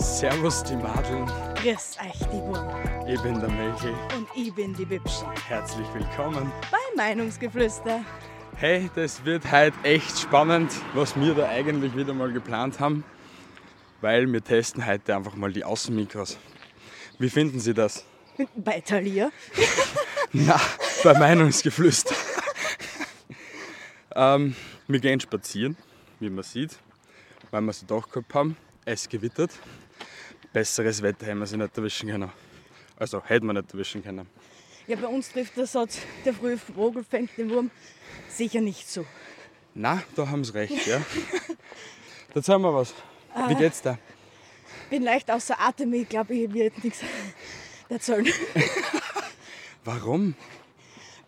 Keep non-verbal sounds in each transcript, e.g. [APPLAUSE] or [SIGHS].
Servus die Madeln, Grüß euch, die Wurm. ich bin der Melchi. Und ich bin die Bibschi. Herzlich willkommen. Bei Meinungsgeflüster. [LAUGHS] Hey, das wird heute echt spannend, was wir da eigentlich wieder mal geplant haben, weil wir testen heute einfach mal die Außenmikros. Wie finden Sie das? Bei Thalia. Na, bei Meinungsgeflüster. [LAUGHS] ähm, wir gehen spazieren, wie man sieht, weil wir es doch gehabt haben. Es gewittert. Besseres Wetter hätten wir sie nicht erwischen können. Also hätten wir nicht erwischen können. Ja, bei uns trifft der Satz, der frühe Vogel fängt den Wurm, sicher nicht so. Na, da haben sie recht, [LAUGHS] ja. da sagen wir was. Ah. Wie geht's da? Bin leicht außer Atem, ich glaube, ich wird nichts [LAUGHS] erzählen. Warum?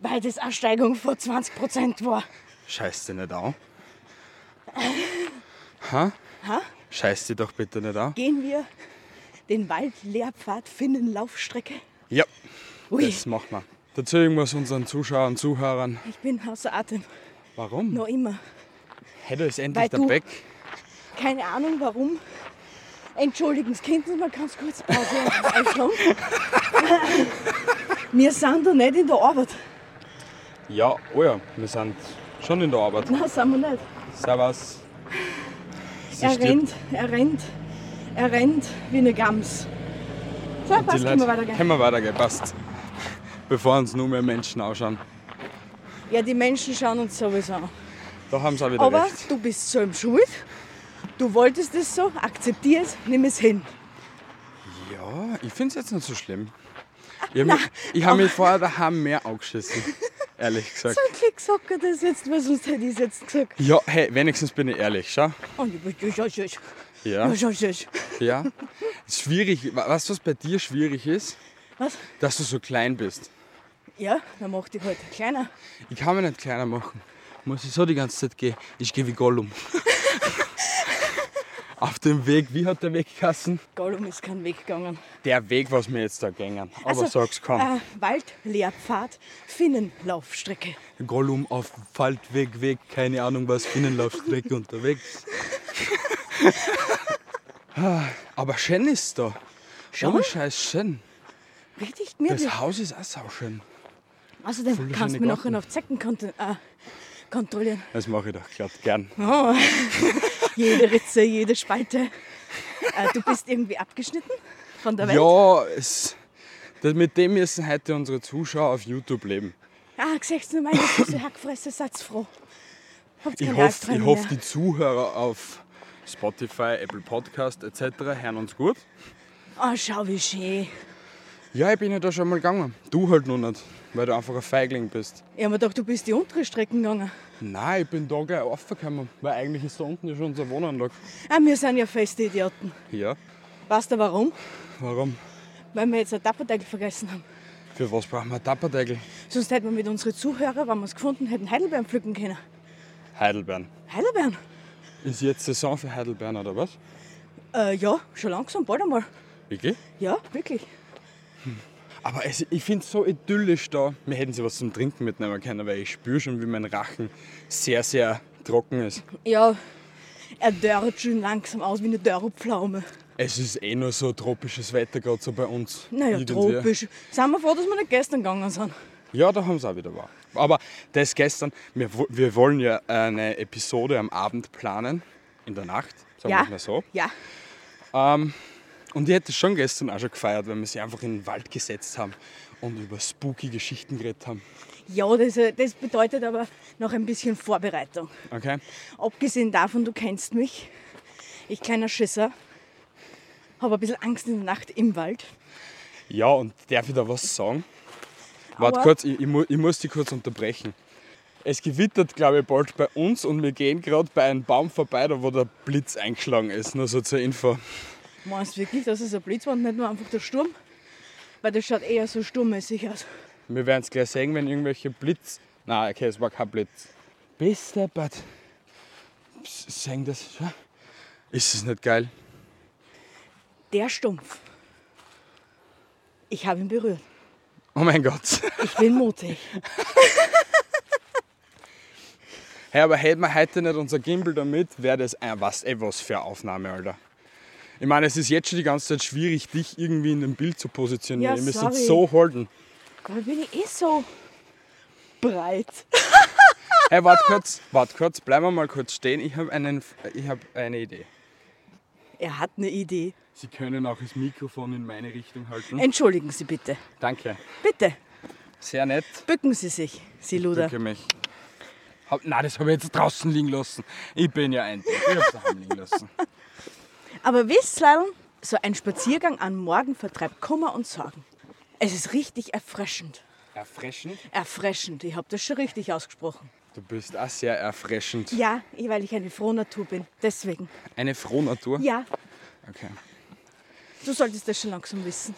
Weil das eine Steigung von 20% war. Scheiß dich nicht [LAUGHS] an. Ha? Ha? Scheiß dich doch bitte nicht an. Gehen wir den Waldlehrpfad finden, Laufstrecke. Ja, Ui, das machen wir. Dazu irgendwas unseren Zuschauern, Zuhörern. ich bin außer Atem. Warum? Noch immer. Hey, da ist endlich Weil der du- Beck. Keine Ahnung warum. Entschuldigen Sie, könnten Sie mal ganz kurz Pause einschlagen? [LAUGHS] Wir sind da nicht in der Arbeit. Ja, oh ja, wir sind schon in der Arbeit. Nein, sind wir nicht. Servus. Sie er stirbt. rennt, er rennt, er rennt wie eine Gams. So, Die passt, können wir Leute- weitergehen. Können wir weitergehen, passt. Bevor uns nur mehr Menschen ausschauen. Ja, die Menschen schauen uns sowieso an. Da haben sie auch wieder Aber recht. du bist so im Schuld. Du wolltest es so, akzeptier es, nimm es hin. Ja, ich finde es jetzt nicht so schlimm. Ich habe mich, ich hab mich vorher daheim mehr angeschissen, ehrlich gesagt. So ein Klicksocker, das jetzt, was uns hätte ich jetzt gesagt. Ja, hey, wenigstens bin ich ehrlich, schau. Und ich bin, ja, ja, ja, Ja, ja, ja, ja. ja. Schwierig, wa- weißt du, was bei dir schwierig ist? Was? Dass du so klein bist. Ja, dann mach dich halt kleiner. Ich kann mich nicht kleiner machen. Muss ich so die ganze Zeit gehen. Ich gehe wie Gollum. Auf dem Weg, wie hat der Weg geheißen? Gollum ist kein Weg gegangen. Der Weg, was mir jetzt da gängen. Aber sag's komm. Äh, Waldlehrpfad, Finnenlaufstrecke. Gollum auf Faltweg, Weg, keine Ahnung was, [LAUGHS] Binnenlaufstrecke unterwegs. Ah, Aber schön ist da. Schon? Ohne Scheiß schön. Richtig gemütlich. Das Haus ist auch sauschön. voll Außerdem der kannst du schöne mich nachher Garten. noch auf Zecken kontro äh, kontrollieren. Das mache ich doch gerade gern. Oh. [LAUGHS] jede Ritze, jede Spalte. Äh, du bist irgendwie abgeschnitten von der Welt. Ja, es, das, mit dem müssen heute unsere Zuschauer auf YouTube leben. Ah, gesagt, nur meine süße Hackfresse, seid froh. Habt Ich keine hoffe, Albträume ich hoff, mehr. die Zuhörer auf Spotify, Apple Podcast etc. hören uns gut. Oh, schau, wie schön. Ja, ich bin ja da schon mal gegangen. Du halt noch nicht, weil du einfach ein Feigling bist. Ich hab mir gedacht, du bist die untere Strecken gegangen. Nein, ich bin da gleich aufgekommen, weil eigentlich ist da unten ja schon unser Wohnanlag. Ah, wir sind ja feste Idioten. Ja, Weißt du warum? warum? Weil wir jetzt einen Tapperdeckel vergessen haben. Für was brauchen wir Tapperdeckel? Sonst hätten wir mit unseren Zuhörern, wenn wir es gefunden hätten, Heidelbeeren pflücken können. Heidelbeeren. Heidelbeeren? Ist jetzt Saison für Heidelbeeren oder was? Äh, ja, schon langsam, bald einmal. Wirklich? Ja, wirklich. Aber es, ich finde es so idyllisch da. Wir hätten sie was zum Trinken mitnehmen können, weil ich spüre schon, wie mein Rachen sehr, sehr trocken ist. Ja, er dörrt schon langsam aus wie eine Dörrpflaume. Es ist eh nur so tropisches Wetter gerade so bei uns. Naja, Irgendwie. tropisch. Sind wir froh, dass wir nicht gestern gegangen sind. Ja, da haben sie auch wieder wahr. Aber das gestern, wir, wo- wir wollen ja eine Episode am Abend planen, in der Nacht, sagen wir es mal so. Ja. Und ich hätte es schon gestern auch schon gefeiert, wenn wir sie einfach in den Wald gesetzt haben und über spooky Geschichten geredet haben. Ja, das, äh, das bedeutet aber noch ein bisschen Vorbereitung. Okay? Abgesehen davon, du kennst mich. Ich kleiner Schisser. Habe ein bisschen Angst in der Nacht im Wald. Ja, und darf ich da was sagen? Warte Aua. kurz, ich, ich, mu ich muss dich kurz unterbrechen. Es gewittert, glaube ich, bald bei uns und wir gehen gerade bei einem Baum vorbei, da wo der Blitz eingeschlagen ist. Nur so zur Info. Meinst du wirklich, dass es ein Blitz war und nicht nur einfach der Sturm? Weil das schaut eher so sturmmäßig aus. Wir werden es gleich sehen, wenn irgendwelche Blitz. Nein, okay, es war kein Blitz. Bist deppert. Sehen das? schau. Ist es nicht geil? Der Stumpf. Ich habe ihn berührt. Oh mein Gott. Ich bin mutig. Hey, aber hätten wir heute nicht unser Gimbal damit, wäre das ein was, eh was für eine Aufnahme, Alter. Ich meine, es ist jetzt schon die ganze Zeit schwierig, dich irgendwie in dem Bild zu positionieren. Ja, Wir müssen sorry. jetzt so halten. Dabei bin ich eh so breit. Hey, warte kurz, warte kurz, bleiben wir mal kurz stehen. Ich habe hab eine Idee. Er hat eine Idee. Sie können auch das Mikrofon in meine Richtung halten. Entschuldigen Sie bitte. Danke. Bitte, Sehr nett. bücken Sie sich, Sie Luder. Danke mich. Hab, nein, das habe ich jetzt draußen liegen lassen. Ich bin ja ein Depp. Ich habe es daheim liegen lassen. Aber wisst ihr, so ein Spaziergang am Morgen vertreibt Kummer und Sorgen. Es ist richtig erfrischend. [LAUGHS] Erfrischend? Erfrischend, ich habe das schon richtig ausgesprochen. Du bist auch sehr erfrischend. Ja, ich- weil ich eine frohe Natur bin. Deswegen. Eine Frohnatur? Ja, Okay. du solltest das schon langsam wissen.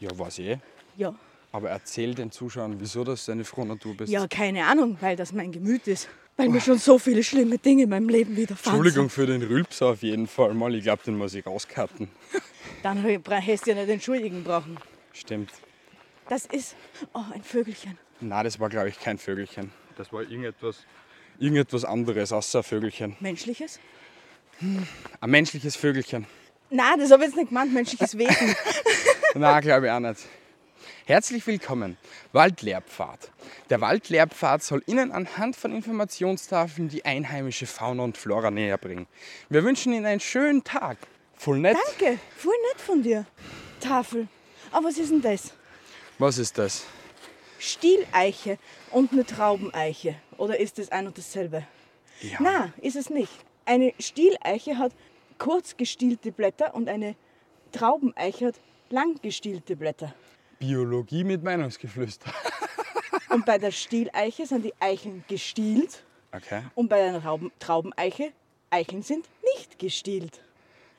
Ja, weiß ich. eh. Ja. Aber erzähl den Zuschauern, wieso dass du eine Frohnatur bist. Ja, keine Ahnung, weil das mein Gemüt ist. Weil mir schon so viele schlimme Dinge in meinem Leben widerfahren. Entschuldigung für den Rülpser auf jeden Fall mal. Ich glaube, den muss ich rauscutten. sind. Dann bra- hättest du ja nicht entschuldigen brauchen. Stimmt. Das ist. Oh, ein Vögelchen. Na, das war, glaube ich, kein Vögelchen. Das war irgendetwas. Irgendetwas anderes, außer ein Vögelchen. Menschliches? Ein menschliches Vögelchen. Nein, das habe ich jetzt nicht gemeint, menschliches Wesen. Na, glaube ich auch nicht. Herzlich willkommen, Waldlehrpfad. Der Waldlehrpfad soll Ihnen anhand von Informationstafeln die einheimische Fauna und Flora näher bringen. Wir wünschen Ihnen einen schönen Tag. Voll nett. Danke, voll nett von dir. Tafel. Aber was ist denn das? Was ist das? Stieleiche und eine Traubeneiche. Oder ist das ein und dasselbe? Ja. Na, ist es nicht. Eine Stieleiche hat kurz gestielte Blätter und eine Traubeneiche hat lang gestielte Blätter. Biologie mit Meinungsgeflüster. Und bei der Stieleiche sind die Eicheln gestielt Okay. und bei der Trauben Traubeneiche Eicheln sind nicht gestielt.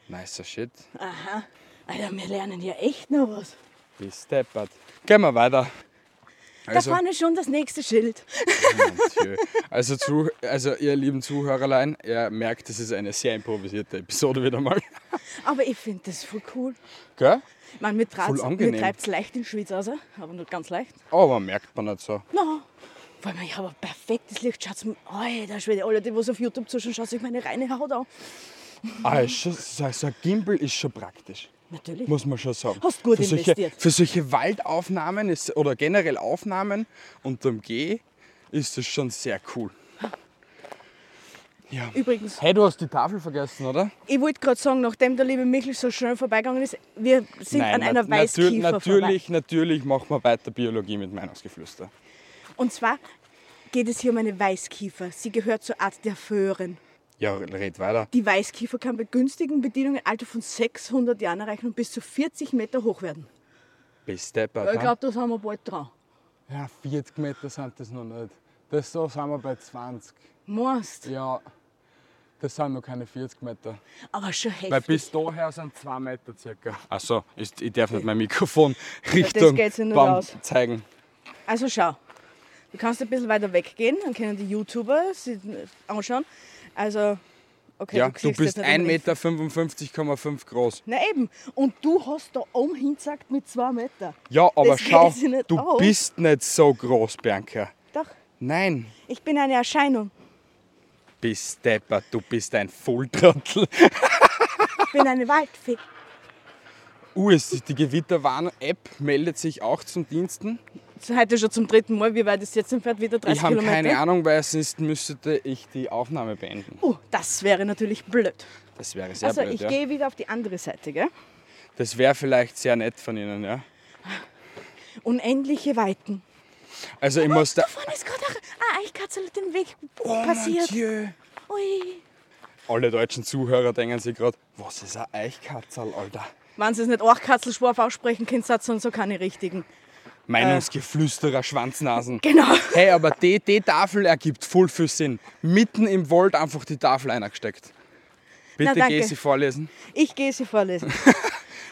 Nicer Shit. Aha. Alter, wir lernen ja echt noch was. Bis deppert. Gehen wir weiter. Also, [LAUGHS] da vorne ist schon das nächste Schild. Tschö. Also, zu, also ihr lieben Zuhörerlein, ihr merkt, das ist eine sehr improvisierte Episode wieder mal. Aber ich finde das voll cool. Gell? Man, mir Voll angenehm. treibt es leicht in den Schweiz raus, aber nicht ganz leicht. Aber merkt Oh, man nicht so. Na, no. weil ich habe ein perfektes Licht. Schaut's mir, alter Schwede, alle, die was auf YouTube zuschauen, schaut sich meine reine Haut an. Ah, ist schon, so, so ein Gimbal ist schon praktisch. Natürlich. Muss man schon sagen. Hast gut für solche, investiert. Für solche Waldaufnahmen ist, oder generell Aufnahmen unterm G ist das schon sehr cool. Ja. Übrigens, Hey, du hast die Tafel vergessen, oder? ich wollte gerade sagen, nachdem der liebe Michel so schnell vorbeigegangen ist, wir sind an nat- einer natür- Weißkiefer Natürlich, natürlich machen wir weiter Biologie mit Meinungsgeflüster. vorbei. Und zwar geht es hier um eine Weißkiefer. Sie gehört zur Art der Föhren. Ja, red weiter. Die Weißkiefer kann bei günstigen Bedienungen ein Alter von 600 Jahren erreichen und bis zu 40 Meter hoch werden. Bis deppert. Ich ha? glaube, da sind wir bald dran. Ja, 40 Meter sind das noch nicht. Das da sind wir bei 20. Meinst? Ja, das sind noch keine 40 Meter. Aber schon Weil heftig. bis daher sind 2 Meter circa. Achso, ich, ich darf nicht mein Mikrofon Richtung geht's ja nur Baum raus. zeigen. Also schau, du kannst ein bisschen weiter weggehen, dann können die YouTuber sie anschauen. Also, okay, ja, du siehst bist jetzt nicht unbedingt- 1,55,5 Meter groß. Na eben, und du hast da umhin gesagt mit zwei Meter. Ja, aber Das geht schau, sich nicht du aus. bist nicht so groß, Bianca. Doch, Nein. ich bin eine Erscheinung. Bist deppert, du bist ein Volltrottel. [LAUGHS] Ich bin eine Waldfee. US, Uh, die Gewitterwarn-App meldet sich auch zum Diensten. [LAUGHS] So, heute schon zum dritten Mal, wie weit ist jetzt entfernt? Wieder 30 Ich habe Kilometer? keine Ahnung, weil sonst müsste ich die Aufnahme beenden. Oh, das wäre natürlich blöd. Das wäre sehr Also, blöd, ich ja. gehe wieder auf die andere Seite, gell? Das wäre vielleicht sehr nett von Ihnen, ja. Unendliche Weiten. Also ich muss da... Da vorne ist gerade eine Eichkatzel den Weg Oh, passiert. Mon Dieu. Ui. Alle deutschen Zuhörer denken sich gerade, was ist ein Eichkatzerl, Alter? Wenn sie es nicht Orchkatzel scharf aussprechen können, sind sonst so keine richtigen. Meinungsgeflüsterer, Schwanznasen. Genau. Hey, aber die, die Tafel ergibt voll viel Sinn. Mitten im Wald einfach die Tafel eingesteckt. Bitte Na, danke. geh sie vorlesen. Ich gehe sie vorlesen.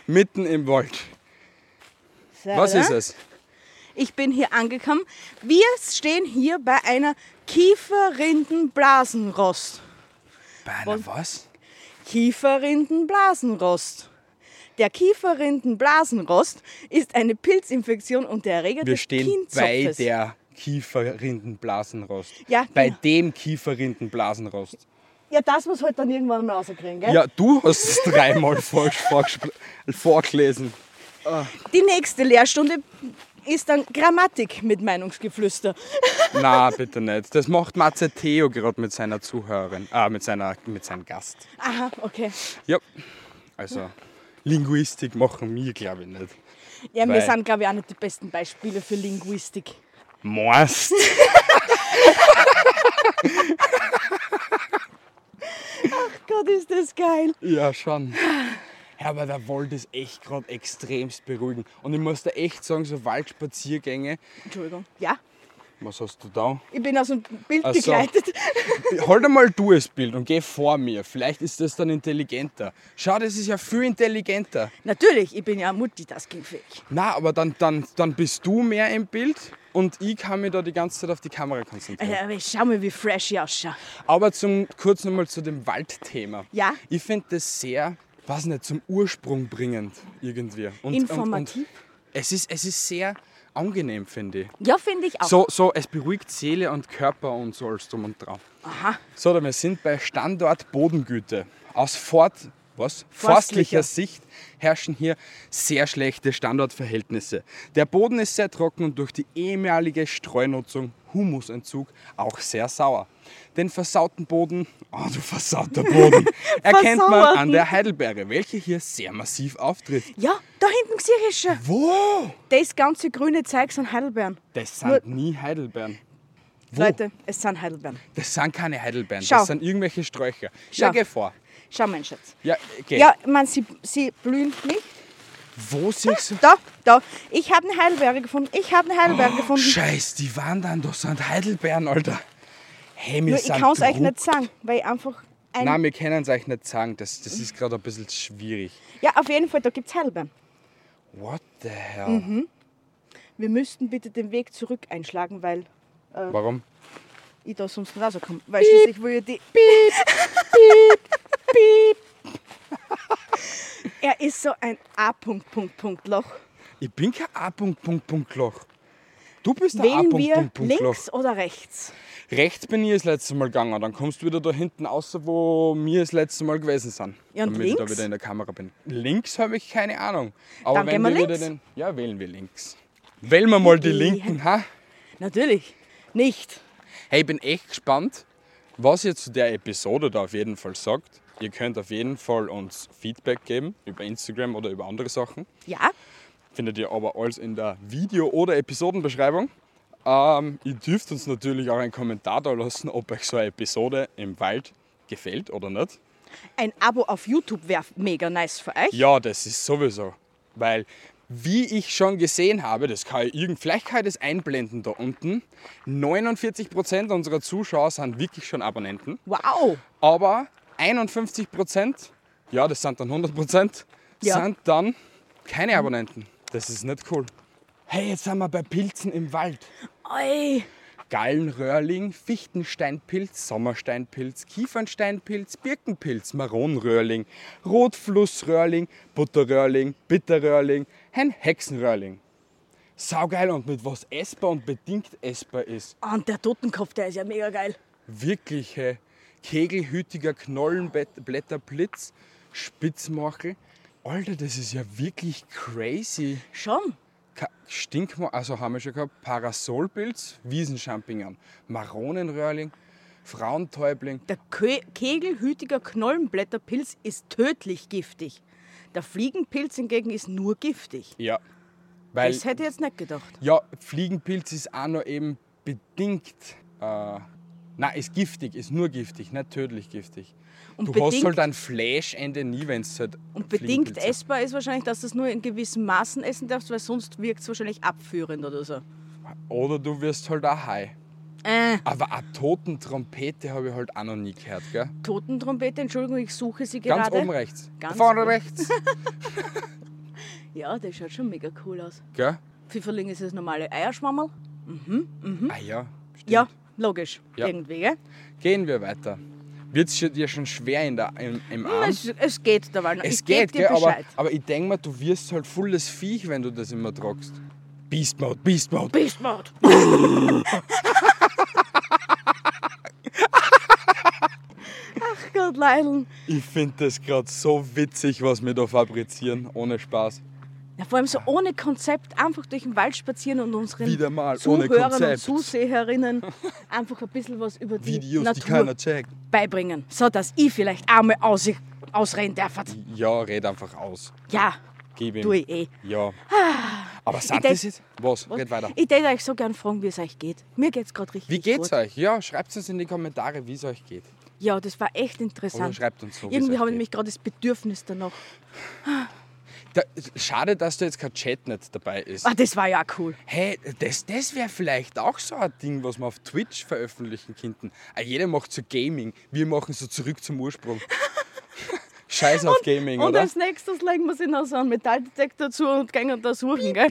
Mitten im Wald. So, Was oder? ist es? Ich bin hier angekommen. Wir stehen hier bei einer Kieferrindenblasenrost. Bei einer was? Kieferrindenblasenrost. Der Kieferrindenblasenrost ist eine Pilzinfektion und der Erreger Wir des stehen bei Kindzopfes. der Kieferrindenblasenrost. Ja, bei genau. dem Kieferrindenblasenrost. Ja, das muss halt dann irgendwann mal rauskriegen, gell? Ja, du hast es dreimal [LAUGHS] falsch vorgespl- vorgelesen. Die nächste Lehrstunde ist dann Grammatik mit Meinungsgeflüster. Na, bitte nicht. Das macht Matze Theo gerade mit seiner Zuhörerin, äh, mit, seiner, mit seinem Gast. Aha, okay. Ja, also Linguistik machen wir, glaube ich, nicht. Ja, Weil- wir sind, glaube ich, auch nicht die besten Beispiele für Linguistik. Morst. Gott, ist das geil. Ja, schon. Ja, aber der Wald ist echt gerade extremst beruhigend. Und ich muss da echt sagen, so Waldspaziergänge. Entschuldigung. Ja, Was hast du da? ich bin aus dem Bild Ach so. begleitet. Halt einmal du das Bild und geh vor mir. Vielleicht ist das dann intelligenter. Schau, das ist ja viel intelligenter. Natürlich, ich bin ja multitaskingfähig. Na, aber dann, dann, dann bist du mehr im Bild und ich kann mich da die ganze Zeit auf die Kamera konzentrieren. Ja, Äh, Aber ich schau mal, wie fresh ich ausschaue. Aber zum, kurz nochmal zu dem Waldthema. Ja. Ich finde das sehr, weiß nicht, zum Ursprung bringend irgendwie. Und, Informativ. Und, und es, ist, es ist sehr angenehm, finde ich. Ja, finde ich auch. So, so, es beruhigt Seele und Körper und so alles drum und drauf. Aha. So, dann wir sind bei Standort Bodengüte. Aus Fort, was? Forstlicher. forstlicher Sicht herrschen hier sehr schlechte Standortverhältnisse. Der Boden ist sehr trocken und durch die ehemalige Streunutzung Humusentzug auch sehr sauer. Den versauten Boden, oh du versauter Boden, erkennt man an Versauerten. der Heidelbeere, welche hier sehr massiv auftritt. Ja, da hinten sehe ich schon. Wo? Das ganze grüne Zeug sind Heidelbeeren. Das sind nie Heidelbeeren. Wo? Leute, es sind Heidelbeeren. Das sind keine Heidelbeeren, Schau. das sind irgendwelche Sträucher. Schau. Schau, geh vor. Schau mal, Schatz. Ja, geh. Ja, man, sie, sie blühen nicht. Wo siehst du? Da, da. Ich habe eine Heidelbeere gefunden. Ich habe eine Ah, Heidelbeere gefunden. Scheiß, die wandern, das sind Heidelbeeren, Alter. Hey, wir Nur ich sind kann es euch Druck- nicht sagen, weil ich einfach ein. Nein, wir können es euch nicht sagen, das, das ist gerade ein bisschen schwierig. Ja, auf jeden Fall, da gibt es Heidelbeeren. What the hell? Mhm. Wir müssten bitte den Weg zurück einschlagen, weil Äh. Warum? ich da sonst nicht rauskomme. Weil schließlich will ja die. Piep, piep, piep. [LAUGHS] er ist so ein A-Punkt-Punkt-Punkt-Loch. Ich bin kein A-Punkt-Punkt-Punkt-Loch. Du bist ein Wählen wir A-Punkt-Punkt-Punkt-Loch. links oder rechts? Rechts bin ich das letzte Mal gegangen, dann kommst du wieder da hinten raus, wo wir das letzte Mal gewesen sind. Ja, und damit ich da links? wieder in der Kamera bin. Links habe ich keine Ahnung. Aber Dann wenn gehen wir wir links. wieder den. Ja, wählen wir links. Wählen wir mal die Ja. Linken, ha? Natürlich nicht. Hey, ich bin echt gespannt, was ihr zu der Episode da auf jeden Fall sagt. Ihr könnt auf jeden Fall uns Feedback geben über Instagram oder über andere Sachen. Ja, Findet ihr aber alles in der Video- oder Episodenbeschreibung. Ähm, ihr dürft uns natürlich auch einen Kommentar da lassen, ob euch so eine Episode im Wald gefällt oder nicht. ein Abo auf YouTube wäre mega nice für euch. Ja, das ist sowieso. Weil, wie ich schon gesehen habe, das kann ich irgend, vielleicht kann ich das einblenden da unten, 49% unserer Zuschauer sind wirklich schon Abonnenten. Wow. Aber 51 Prozent, ja, das sind dann 100 Prozent, Ja. sind dann keine Abonnenten. Das ist nicht cool. Hey, jetzt sind wir bei Pilzen im Wald. Oi. Gallenröhrling, Fichtensteinpilz, Sommersteinpilz, Kiefernsteinpilz, Birkenpilz, Maronenröhrling, Rotflussröhrling, Butterröhrling, Bitterröhrling, ein Hexenröhrling. Saugeil und mit was essbar und bedingt essbar ist. Und der Totenkopf, der ist ja mega geil. wirkliche kegelhütiger Knollenblätterblitz, Spitzmachel. Alter, das ist ja wirklich crazy. Schon. Ka- Stinkmachel, also haben wir schon gehabt, Parasolpilz, Wiesenchampignon, Maronenröhrling, Frauentäubling. Der Kö kegelhütiger Knollenblätterpilz ist tödlich giftig. Der Fliegenpilz hingegen ist nur giftig. Ja, weil das hätte ich jetzt nicht gedacht. ja, Fliegenpilz ist auch noch eben bedingt, äh, nein, ist giftig, ist nur giftig, nicht tödlich giftig. Und du hast bedingt- halt ein Flash-Ende nie, wenn es halt Und bedingt Fliegenpilz ist. essbar ist wahrscheinlich, dass du es nur in gewissen Maßen essen darfst, weil sonst wirkt es wahrscheinlich abführend oder so. Oder du wirst halt auch high. Äh, Aber eine Totentrompete habe ich halt auch noch nie gehört, gell? Totentrompete, Entschuldigung, ich suche sie Ganz gerade. oben rechts. Ganz Vorne oben. [LAUGHS] rechts. Ja, das schaut schon mega cool aus. gell? Pfifferling ist das normale Eierschwammerl. Ah ja, stimmt. Mhm. Ja, logisch. Ja. Irgendwie, gell? Gehen wir weiter. Wird es dir schon schwer in der, im, im Arm? Hm, Es, es geht dabei noch. Es ich geb geht, dir gell? Aber, Bescheid. aber ich denke mal, du wirst halt volles Viech, wenn du das immer tragst. Beast Mode, Beast Mode. Beast Mode. Ach Leideln. Ich finde das gerade so witzig, was wir da fabrizieren, ohne Spaß. Ja, vor allem so ohne Konzept, einfach durch den Wald spazieren und unseren Wieder mal ohne Zuhörern und Konzept. Zuseherinnen einfach ein bisschen was über die Videos, die Natur keiner checkt. beibringen, so dass ich vielleicht einmal aus, ausreden darf. Ja, red einfach aus. Ja, Gib ihm. tu ich eh. [SIGHS] Ja. Aber sind denk- das jetzt? Was? Red weiter. Ich würde euch so gern fragen, wie es euch geht. Mir geht's gerade richtig Wie geht's gut. euch? Ja, schreibt uns in die Kommentare, wie es euch geht. Ja, das war echt Oder interessant. schreibt uns so. wie es Irgendwie euch habe ich geht. nämlich gerade das Bedürfnis danach. Da, schade, dass da jetzt kein Chat nicht dabei ist. Ah, das war ja cool. Hey, das, das wäre vielleicht auch so ein Ding, was wir auf Twitch veröffentlichen könnten. Ah, Jeder macht so Gaming. Wir machen so zurück zum [LAUGHS] Ursprung. Scheiß auf Gaming, und oder? als nächstes legen wir sich noch so einen Metalldetektor zu und gehen da suchen, gell?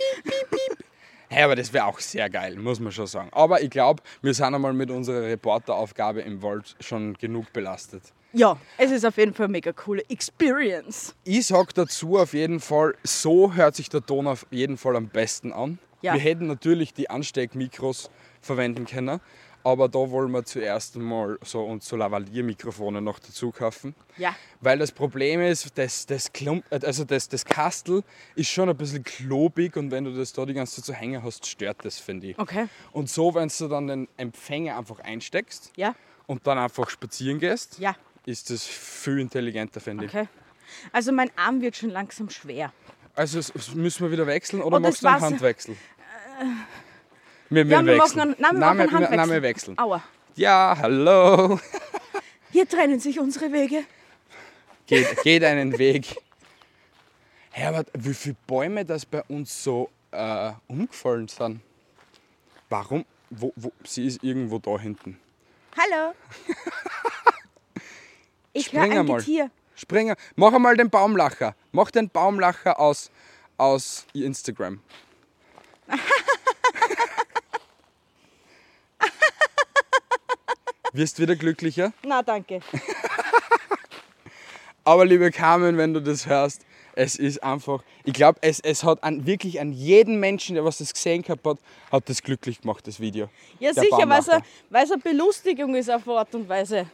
Hey, aber das wäre auch sehr geil, muss man schon sagen. Aber ich glaube, wir sind einmal mit unserer Reporteraufgabe im Wald schon genug belastet. Ja, es ist auf jeden Fall eine mega coole Experience. Ich sag dazu auf jeden Fall, so hört sich der Ton auf jeden Fall am besten an. Ja. Wir hätten natürlich die Ansteckmikros verwenden können, aber da wollen wir zuerst mal so uns so Lavaliermikrofone noch dazu kaufen. Ja. Weil das Problem ist, das, das, Klump, äh, also das, das Kastel ist schon ein bisschen klobig und wenn du das da die ganze Zeit zu hängen hast, stört das, finde ich. Okay. Und so, wenn du dann den Empfänger einfach einsteckst Ja. und dann einfach spazieren gehst, Ja. ist das viel intelligenter, finde ich. Okay. Also mein Arm wird schon langsam schwer. Also es- es müssen wir wieder wechseln oder Oh, machst das du einen war's. Äh, Handwechsel? Wir, Ja, wir machen wechseln. einen, nein, wir machen einen Handwechsel. Name wechseln. Aua. Ja, hallo. [LAUGHS] Hier trennen sich unsere Wege. Geht, geht einen Weg. Herbert, wie viele Bäume das bei uns so äh, umgefallen sind? Warum? Wo, wo, sie ist irgendwo da hinten. [LAUGHS] Hallo. Ich höre Spring ein einmal. Getier. Springer, mach einmal den Baumlacher. Mach den Baumlacher aus, aus [LAUGHS] Instagram. Wirst wieder glücklicher? Na, danke. Aber liebe Carmen, wenn du das hörst, es ist einfach, ich glaube, es, es hat an, wirklich an jeden Menschen, der was das gesehen gehabt hat, hat das glücklich gemacht, das Video. Ja, Der sicher, weil es Baumlacher. eine- weil es eine Belustigung ist auf eine Art und Weise.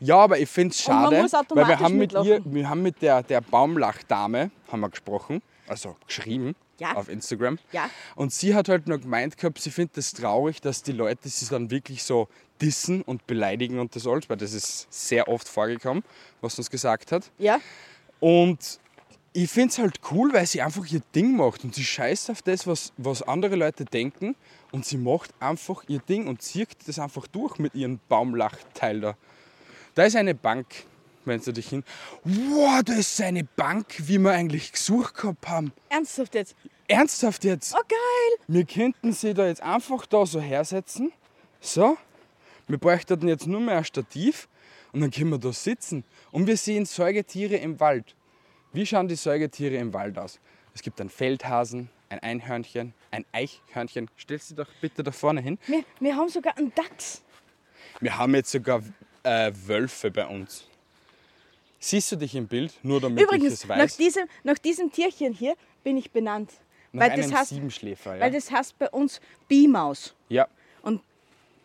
Ja, aber ich finde es Und man schade, muss weil wir automatisch haben mit ihr, mitlachen. wir haben mit der, der Baumlachdame haben wir gesprochen, also geschrieben Ja. auf Instagram. Ja. Und sie hat halt nur gemeint gehabt, sie findet es traurig, dass die Leute sie dann wirklich so dissen und beleidigen und das alles, weil das ist sehr oft vorgekommen, was sie uns gesagt hat. Ja? Und ich finde es halt cool, weil sie einfach ihr Ding macht und sie scheißt auf das, was, was andere Leute denken und sie macht einfach ihr Ding und zieht das einfach durch mit ihrem Baumlachteil da. Da ist eine Bank, wenn du dich hin. Wow, da ist eine Bank, wie wir eigentlich gesucht gehabt haben. Ernsthaft jetzt? Ernsthaft jetzt? Oh, geil. Wir könnten sie da jetzt einfach da so hersetzen. So. Wir bräuchten jetzt nur mehr ein Stativ und dann können wir da sitzen. Und wir sehen Säugetiere im Wald. Wie schauen die Säugetiere im Wald aus? Es gibt einen Feldhasen, ein Einhörnchen, ein Eichhörnchen. Stell sie doch bitte da vorne hin. Wir, wir haben sogar einen Dachs. Wir haben jetzt sogar äh, Wölfe bei uns. Siehst du dich im Bild? Nur damit ich Übrigens, es nach weiß. diesem, nach diesem Tierchen hier bin ich benannt. Nach weil, einem das heißt, Siebenschläfer. Ja. weil das heißt bei uns Bimaus. ja. Und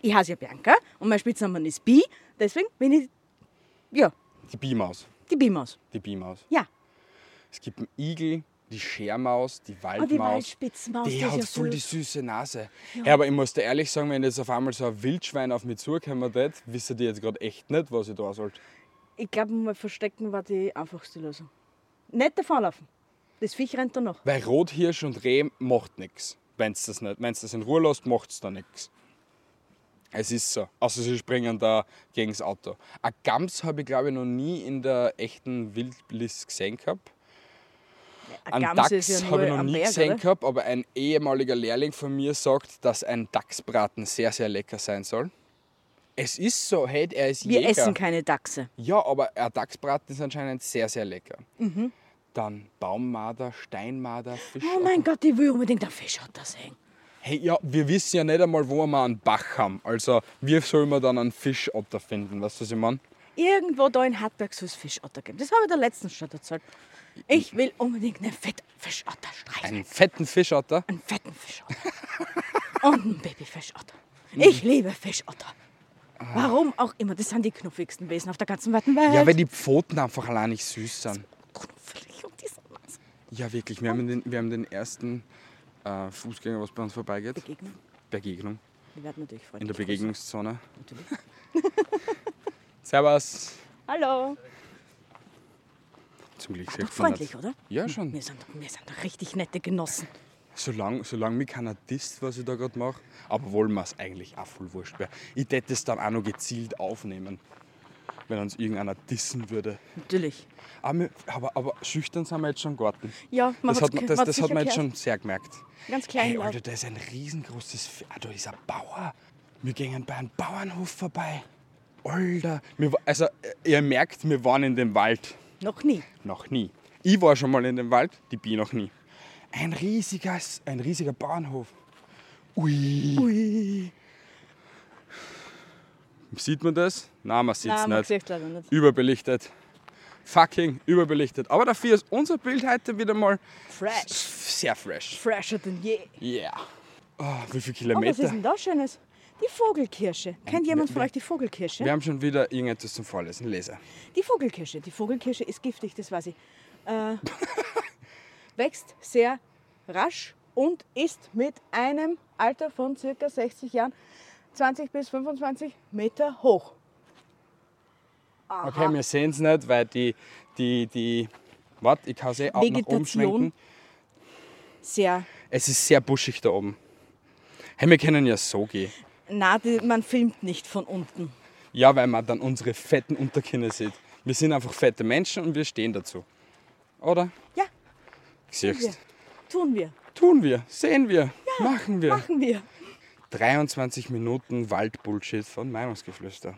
ich heiße ja Bianca und mein Spitzname ist Bi. Deswegen bin ich, ja, Die Bimaus. die Bimaus. Die Bimaus. Ja. Es gibt einen Igel, die Schermaus, die Und Ah, die Waldmaus. Waldspitzmaus, die ist hat ja voll die süß. süße Nase. Ja. aber ich muss dir ehrlich sagen, wenn jetzt auf einmal so ein Wildschwein auf mich zukommen tät, wisst ihr jetzt gerade echt nicht, was ich da sollte. Ich glaube, mal verstecken war die einfachste Lösung. Nicht davonlaufen. Das Viech rennt da noch. Weil Rothirsch und Reh macht nichts. Wenn es das, nicht- wenn's das in Ruhe lässt, macht es da nichts. Es ist so. Also sie springen da gegen das Auto. Ein Gams habe ich glaube ich noch nie in der echten Wildlis gesehen gehabt. Ein Ein Gams Dachs ist ja nur habe ich noch am nie Berg, gesehen oder? gehabt, aber ein ehemaliger Lehrling von mir sagt, dass ein Dachsbraten sehr, sehr lecker sein soll. Es ist so, hey, er ist Wir Jäger. essen keine Dachse. Ja, aber ein Dachsbraten ist anscheinend sehr, sehr lecker. Dann Baummarder, Steinmarder, Fischotter. Oh mein Gott, ich will unbedingt einen Fischotter sehen. Hey, ja, wir wissen ja nicht einmal, wo wir einen Bach haben. Also, wie soll man dann einen Fischotter finden? Weißt du, was ich meine? Irgendwo da in Hartberg soll es Fischotter geben. Das habe ich der letzten schon erzählt. Ich will unbedingt einen fetten Fischotter streicheln. Einen fetten Fischotter? Einen fetten Fischotter. Und einen Babyfischotter. Ich liebe Fischotter. Warum auch immer, das sind die knuffigsten Wesen auf der ganzen weiten Welt. Ja, weil die Pfoten einfach allein nicht süß sind. Knuffelig und die sind nass. Ja, wirklich. Wir haben den, wir haben den ersten äh, Fußgänger, was bei uns vorbeigeht. Begegnung. Begegnung. Wir werden natürlich In freundlich. der Begegnungszone. grüßen, natürlich. [LAUGHS] Servus. Hallo. Zum Glück Doch sieht man freundlich, nicht. oder? Ja, schon. Wir sind, doch, wir sind doch richtig nette Genossen. Solange, solange mich keiner disst, was ich da gerade mache. Aber wollen wir es eigentlich auch voll wurscht wäre. Ich hätte es dann auch noch gezielt aufnehmen, wenn uns irgendeiner dissen würde. Natürlich. Aber, wir- aber, aber schüchtern sind wir jetzt schon Garten. Ja, man das hat's hat, ge- man- das, man das hat's hat man sicher jetzt schon sehr gemerkt. Ganz klein Hey, laut. Alter, da ist ein riesengroßes Fe- Ah, da ist ein Bauer. Wir gingen bei einem Bauernhof vorbei. Alter. Wir, wa- also, äh, ihr merkt, wir waren in dem Wald. Noch nie. Noch nie. Ich war schon mal in dem Wald, die Bi noch nie. Ein riesiges, ein riesiger Bauernhof. Ui. Ui. Sieht man das? Nein, man sieht es Nein, man nicht. sieht leider nicht. Überbelichtet. Fucking überbelichtet. Aber dafür ist unser Bild heute wieder mal Fresh. sehr fresh. Fresher denn je. Yeah. Oh, wie viele Oh, was ist Kilometer? denn da Schönes? Die Vogelkirsche. Kennt jemand von euch die Vogelkirsche? Wir haben schon wieder irgendetwas zum Vorlesen. Leser. Die Vogelkirsche. Die Vogelkirsche ist giftig, das weiß ich. Äh, [LAUGHS] wächst sehr rasch und ist mit einem Alter von ca. 60 Jahren 20 bis 25 Meter hoch. Okay, wir sehen es nicht, weil die, die, die, warte, ich kann es eh auch noch Vegetation. umschwenken. Sehr. Es ist sehr buschig da oben. Hey, wir können ja so gehen. Na, die, man filmt nicht von unten. Ja, weil man dann unsere fetten Unterkinder sieht. Wir sind einfach fette Menschen und wir stehen dazu. Oder? Ja, wir. Siehst tun wir. Tun wir, sehen wir, machen wir. Machen wir. 23 Minuten Waldbullshit von Meinungsgeflüster.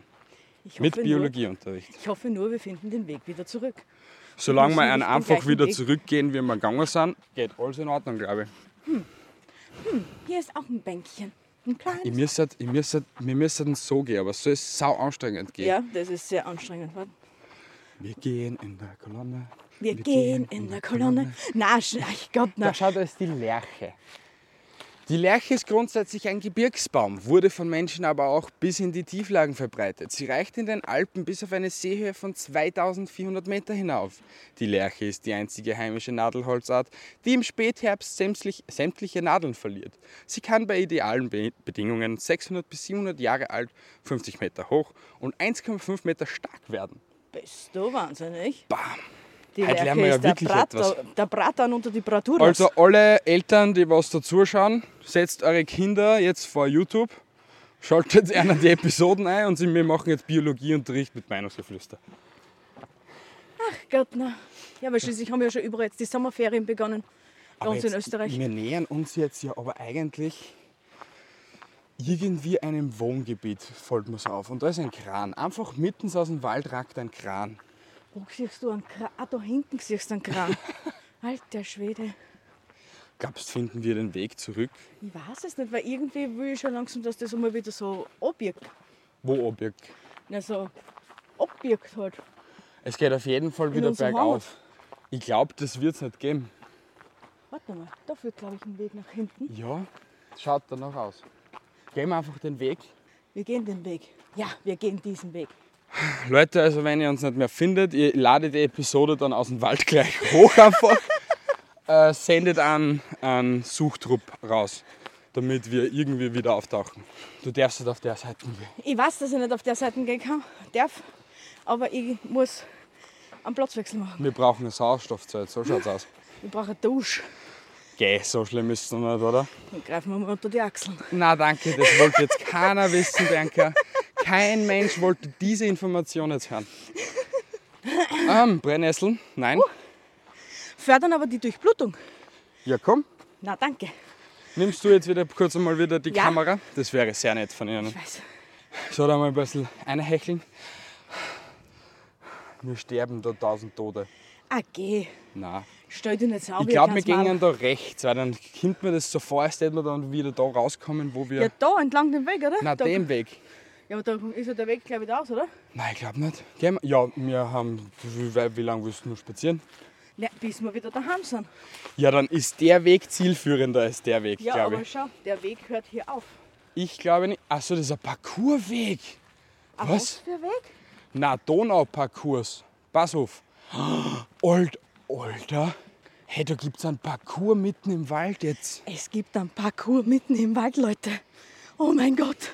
Ich Mit hoffe Biologieunterricht. Nur, ich hoffe nur, wir finden den Weg wieder zurück. Solange müssen wir einen nicht den einfach gleichen wieder Weg. zurückgehen, wie wir gegangen sind, geht alles in Ordnung, glaube ich. Hier ist auch ein Bänkchen. Ein Ich kleines. müsstet, ich müsstet, wir müssten so gehen, aber so ist sau anstrengend gehen. Ja, das ist sehr anstrengend. Warte. Wir gehen in der Kolonne. Wir gehen in der Kolonne. Na, sch- ach Gott, na. Da schaut euch die Lerche. Die Lerche ist grundsätzlich ein Gebirgsbaum, wurde von Menschen aber auch bis in die Tieflagen verbreitet. Sie reicht in den Alpen bis auf eine Seehöhe von 2400 Meter hinauf. Die Lerche ist die einzige heimische Nadelholzart, die im Spätherbst sämtlich, sämtliche Nadeln verliert. Sie kann bei idealen Be Bedingungen 600 bis 700 Jahre alt, 50 Meter hoch und 1,5 Meter stark werden. Bist du wahnsinnig? Bam! Die Heute lernen wir ja wirklich der Brat, etwas. Der Bratan unter die Bratur. Also alle Eltern, die was dazuschauen, setzt eure Kinder jetzt vor YouTube, schaltet einer die Episoden ein und sie- wir machen jetzt Biologieunterricht mit Meinungsgeflüster. Ach Gott, na. Ja, weil schließlich haben wir ja schon überall jetzt die Sommerferien begonnen. Bei Aber uns in jetzt- Österreich. Wir nähern uns jetzt ja aber eigentlich irgendwie einem Wohngebiet, fällt mir so auf. Und da ist ein Kran. Einfach mitten aus dem Wald ragt ein Kran. Wo siehst du einen Kran? Ah, da hinten siehst du [LAUGHS] einen Kran. Alter Schwede. Glaubst finden wir den Weg zurück? Ich weiß es nicht, weil irgendwie will ich schon langsam, dass das einmal wieder so abbiegt. Wo Objekt? Na, so abbiegt halt. Es geht auf jeden Fall wieder unserer bergauf. Ich glaube, das wird es nicht geben. Warte mal, da führt, glaube ich, ein Weg nach hinten. Ja, schaut danach aus. Gehen wir einfach den Weg. Wir gehen den Weg. Ja, wir gehen diesen Weg. Leute, also wenn ihr uns nicht mehr findet, ihr ladet die Episode dann aus dem Wald gleich hoch [LAUGHS] einfach. äh, sendet einen, einen Suchtrupp raus, damit wir irgendwie wieder auftauchen. Du darfst nicht auf der Seite gehen. Ich weiß, dass ich nicht auf der Seite gehen kann, darf, aber ich muss einen Platzwechsel machen. Wir brauchen eine Sauerstoffzeit, so schaut's aus. Ich brauche eine Dusche. Geh, so schlimm ist es noch nicht, oder? Dann greifen wir mal unter die Achseln. Na danke, das wollte jetzt keiner wissen, danke. Kein Mensch wollte diese Information jetzt [LAUGHS] hören. Ähm, Brennnesseln? Nein? Fördern aber die Durchblutung. Ja, komm. Na, danke. Nimmst du jetzt wieder kurz einmal wieder die Ja. Kamera? Das wäre sehr nett von Ihnen. Ich weiß. Schau da mal ein bisschen einhecheln. Wir sterben da tausend Tote. Ah, geh. Na, Stell dich nicht so an, ich wie ein glaube, wir kleines gingen da rechts, weil dann kommt mir das so vor, als hätten wir dann wieder da rauskommen, wo wir. Mal. Ja, da entlang den Weg, oder? Na, da, dem Weg. Ja, aber da ist ja der Weg gleich wieder aus, oder? Nein, ich glaube nicht. Gehen wir. Ja, wir haben. Wie, wie- wie lange willst du nur spazieren? Ne, bis wir wieder daheim sind. Ja, dann ist der Weg zielführender als der Weg, Ja, glaube aber ich. schau, der Weg hört hier auf. Ich glaube nicht. Achso, das ist ein Parcoursweg. Ein Was? für Weg? Na, Donauparcours. Pass auf. Old, Alter. Hey, da gibt's einen Parcours mitten im Wald jetzt. Es gibt einen Parcours mitten im Wald, Leute. Oh mein Gott.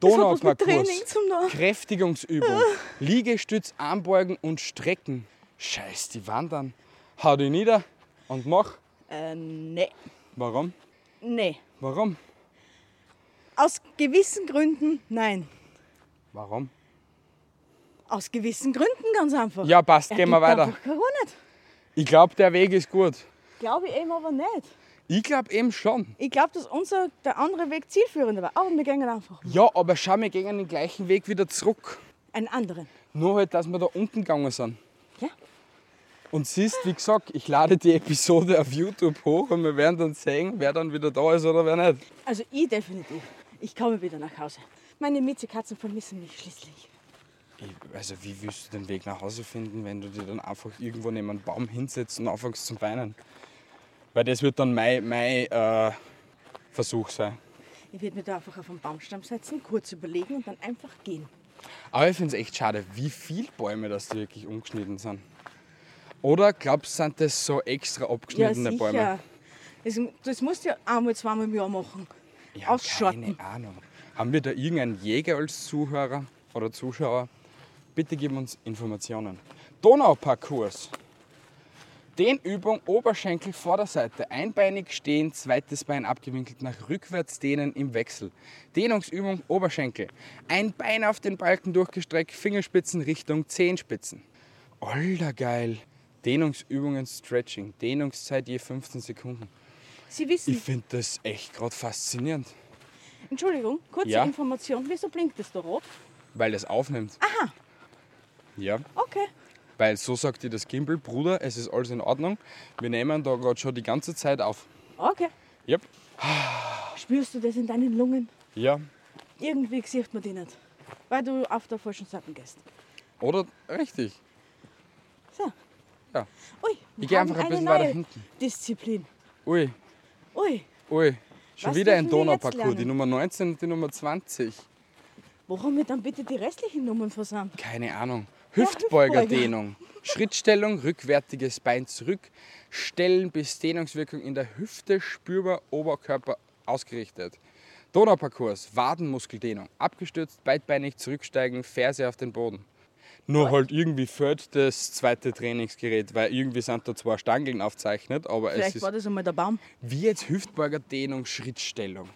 Das hat was mit Training Ah. Donauparcours. zum tun. Kräftigungsübung. Liegestütz, Armbeugen und Strecken. Scheiß, die wandern. Hau die nieder und mach. Äh, nee. Warum? Nee. Warum? Aus gewissen Gründen nein. Warum? Aus gewissen Gründen ganz einfach. Ja, passt, Er gehen wir gibt weiter. Einfach keine Ruhe nicht. Ich glaube, der Weg ist gut. Glaube ich eben aber nicht. Ich glaube eben schon. Ich glaube, dass unser, der andere Weg zielführender war. Aber wir gehen einfach Ja, aber schau, wir gehen den gleichen Weg wieder zurück. einen anderen. Nur halt, dass wir da unten gegangen sind. Ja. Und siehst, wie gesagt, ich lade die Episode auf YouTube hoch und wir werden dann sehen, wer dann wieder da ist oder wer nicht. Also ich definitiv. Ich komme wieder nach Hause. Meine Miezekatzen vermissen mich schließlich. Ich- Also wie willst du den Weg nach Hause finden, wenn du dich dann einfach irgendwo neben einen Baum hinsetzt und anfängst zu weinen? Weil das wird dann mein, mein äh, Versuch sein. Ich werde mir da einfach auf den Baumstamm setzen, kurz überlegen und dann einfach gehen. Aber ich finde es echt schade, wie viele Bäume das da wirklich umgeschnitten sind. Oder glaubst du, sind das so extra abgeschnittene Bäume? Das, das musst du ja einmal, zweimal im Jahr machen. Ja, Ausschotten. Keine Ahnung. Haben wir da irgendeinen Jäger als Zuhörer oder Zuschauer? Bitte gib uns Informationen. Donauparcours. Dehnübung Oberschenkel Vorderseite, einbeinig stehen, zweites Bein abgewinkelt nach rückwärts dehnen im Wechsel. Dehnungsübung Oberschenkel. Ein Bein auf den Balken durchgestreckt, Fingerspitzen Richtung Zehenspitzen. Alter geil. Dehnungsübungen Stretching, Dehnungszeit je 15 Sekunden. Sie Ich wissen, finde das echt gerade faszinierend. Entschuldigung, kurze Ja? Information. Wieso blinkt das da rot? Weil das aufnimmt. Aha. Ja, Okay. weil so sagt dir das Gimbal, Bruder, es ist alles in Ordnung. Wir nehmen da gerade schon die ganze Zeit auf. Okay. Yep. Spürst du das in deinen Lungen? Ja. Irgendwie sieht man die nicht. Weil du auf der falschen Seite gehst. Oder richtig. So. Ja. Ui, wir Ich geh haben einfach ein eine bisschen neue weiter hinten. Disziplin. Ui, Ui, ui. Schon Was wieder ein dürfen wir jetzt Donauparcours, die lernen? Nummer 19 und die Nummer 20. warum wir dann bitte die restlichen Nummern versammelt? Keine [LAUGHS] Ahnung. Hüftbeuger. Hüftbeugerdehnung. Schrittstellung, rückwärtiges Bein zurück, Stellen bis Dehnungswirkung in der Hüfte spürbar, Oberkörper ausgerichtet. Donauparcours, Wadenmuskeldehnung, abgestützt, beidbeinig zurücksteigen, Ferse auf den Boden. Nur halt irgendwie fällt das zweite Trainingsgerät, weil irgendwie sind da zwei Stangeln aufzeichnet, aber es Vielleicht ist war das einmal der Baum. wie jetzt Hüftbeuger Dehnung, Schrittstellung.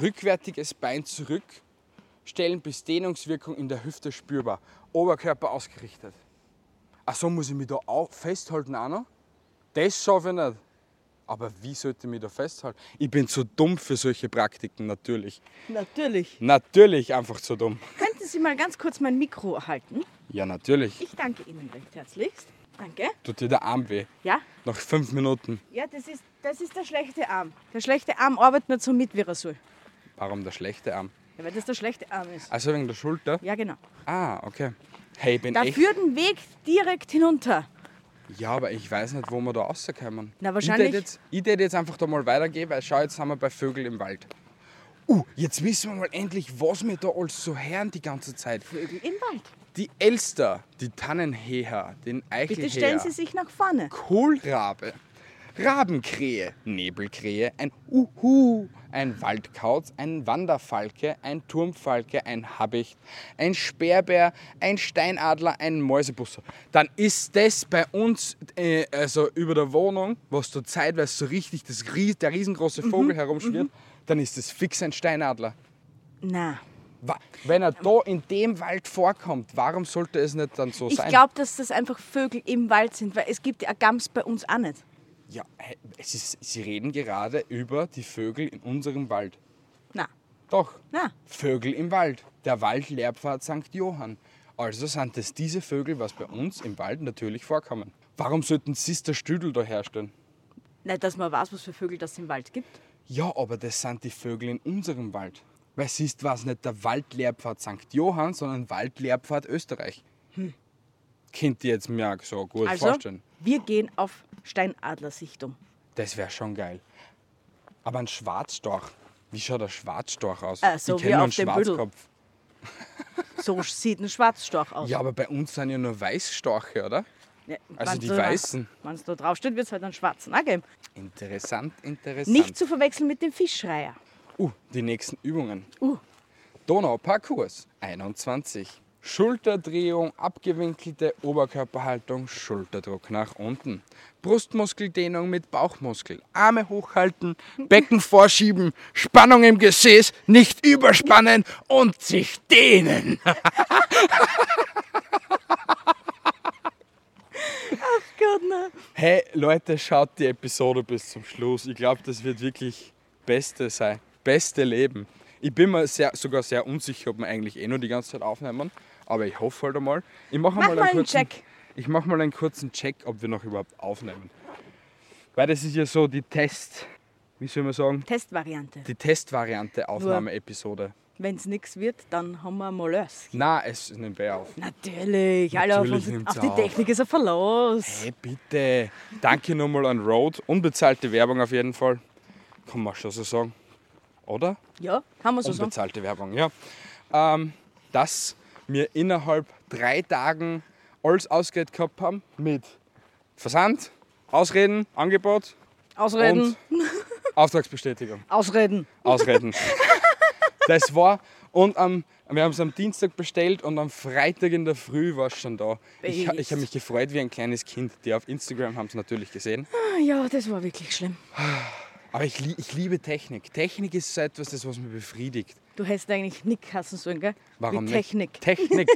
Rückwärtiges Bein zurück, stellen bis Dehnungswirkung in der Hüfte spürbar. Oberkörper ausgerichtet. Ach so, muss ich mich da auch festhalten auch noch? Das schaffe ich nicht. Aber wie sollte ich mich da festhalten? Ich bin zu dumm für solche Praktiken, natürlich. Natürlich. Natürlich einfach zu dumm. Könnten Sie mal ganz kurz mein Mikro erhalten? Ja, natürlich. Ich danke Ihnen recht herzlichst. Danke. Tut dir der Arm weh. Ja, Nach fünf Minuten. ja das, ist, das ist der schlechte Arm. Der schlechte Arm arbeitet nicht so mit, wie er soll. Warum der schlechte Arm? Ja, weil das der schlechte Arm ist. Also wegen der Schulter? Ja, genau. Ah, okay. Hey, ich bin echt Dafür den Weg direkt hinunter. Ja, aber ich weiß nicht, wo wir da rauskommen. Na, wahrscheinlich- Ich tät jetzt, ich tät jetzt einfach da mal weitergehen, weil schau, jetzt sind wir bei Vögel im Wald. Uh, jetzt wissen wir mal endlich, was wir da alles so hören die ganze Zeit. Vögel im Wald. Die Elster, die Tannenheher, den Eichelheher. Bitte stellen Sie sich nach vorne. Kohlrabe, Rabenkrähe, Nebelkrähe, ein Uhu, ein Waldkauz, ein Wanderfalke, ein Turmfalke, ein Habicht, ein Sperrbär, ein Steinadler, ein Mäusebusser. Dann ist das bei uns, äh, also über der Wohnung, was zur Zeit, weil so richtig das, ries- der riesengroße Vogel herumschwirrt, dann ist das fix ein Steinadler. Na, Wa- Wenn er da in dem Wald vorkommt, warum sollte es nicht dann so ich sein? glaube, dass das einfach Vögel im Wald sind, weil es gibt ja Gams bei uns auch nicht. Ja, hä, es ist, Sie reden gerade über die Vögel in unserem Wald. Na, Doch. Na. Vögel im Wald. Der Waldlehrpfad St. Johann. Also sind es diese Vögel, was bei uns im Wald natürlich vorkommen. Warum sollten Sister Stüdel da herstellen? nicht, dass man weiß, was für Vögel das im Wald gibt. Ja, aber das sind die Vögel in unserem Wald. Weil siehst was nicht der Waldlehrpfad St. Johann, sondern Waldlehrpfad Österreich. Könnt ihr jetzt mir auch so gut Also, vorstellen. wir gehen auf Steinadlersichtung. Das wäre schon geil. Aber ein Schwarzstorch. Wie schaut der Schwarzstorch aus? Äh, so ich wie kenne nur einen auf dem Büdel. Schwarzkopf. So [LAUGHS] sieht ein Schwarzstorch aus. Ja, aber bei uns sind ja nur Weißstorche, oder? Ja, also wenn's die da- Weißen. Wenn's da draufsteht, wird es halt einen schwarzen auch geben. Interessant, interessant. Nicht zu verwechseln mit dem Fischschreier. Uh, die nächsten Übungen. Uh. Donauparcours 21. Schulterdrehung, abgewinkelte Oberkörperhaltung, Schulterdruck nach unten. Brustmuskeldehnung mit Bauchmuskel. Arme [LAUGHS] hochhalten, Becken vorschieben, Spannung im Gesäß, nicht überspannen und sich dehnen. Gott, nein. Hey Leute, schaut die Episode bis zum Schluss. Ich glaube, das wird wirklich Beste sein. Beste Leben. Ich bin mir sehr, sogar sehr unsicher, ob wir eigentlich eh nur die ganze Zeit aufnehmen. Aber ich hoffe halt einmal. Ich mache mal Mach mal einen einen kurzen Check. Ich mache mal einen kurzen Check, ob wir noch überhaupt aufnehmen. Weil das ist ja so die Test, wie soll man sagen, Testvariante. die Testvariante Aufnahmeepisode. Wenn es nichts wird, dann haben wir Malheurs. Na, es nimmt wer auf. Natürlich, alle auf, Natürlich uns, nimmt's auf die auf. Technik ist ein Verlust. Hey, bitte. Danke nochmal an Road. Unbezahlte Werbung auf jeden Fall. Kann man schon so sagen. Oder? Ja, kann man so sagen. Unbezahlte Werbung, ja. Ähm, dass wir innerhalb drei Tagen alles ausgeht gehabt haben mit Versand, Ausreden, Angebot Ausreden, und Auftragsbestätigung. ausreden. Ausreden. Das war. Und am, wir haben es am Dienstag bestellt und am Freitag in der Früh war es schon da. Ich, ich habe mich gefreut wie ein kleines Kind. Die auf Instagram haben es natürlich gesehen. Ah, Ja, das war wirklich schlimm. Aber ich, lie- ich liebe Technik. Technik ist so etwas, das was mich befriedigt. Du hättest eigentlich Nick hassen sollen, gell? Warum Wie Technik. nicht? [LAUGHS] Technik.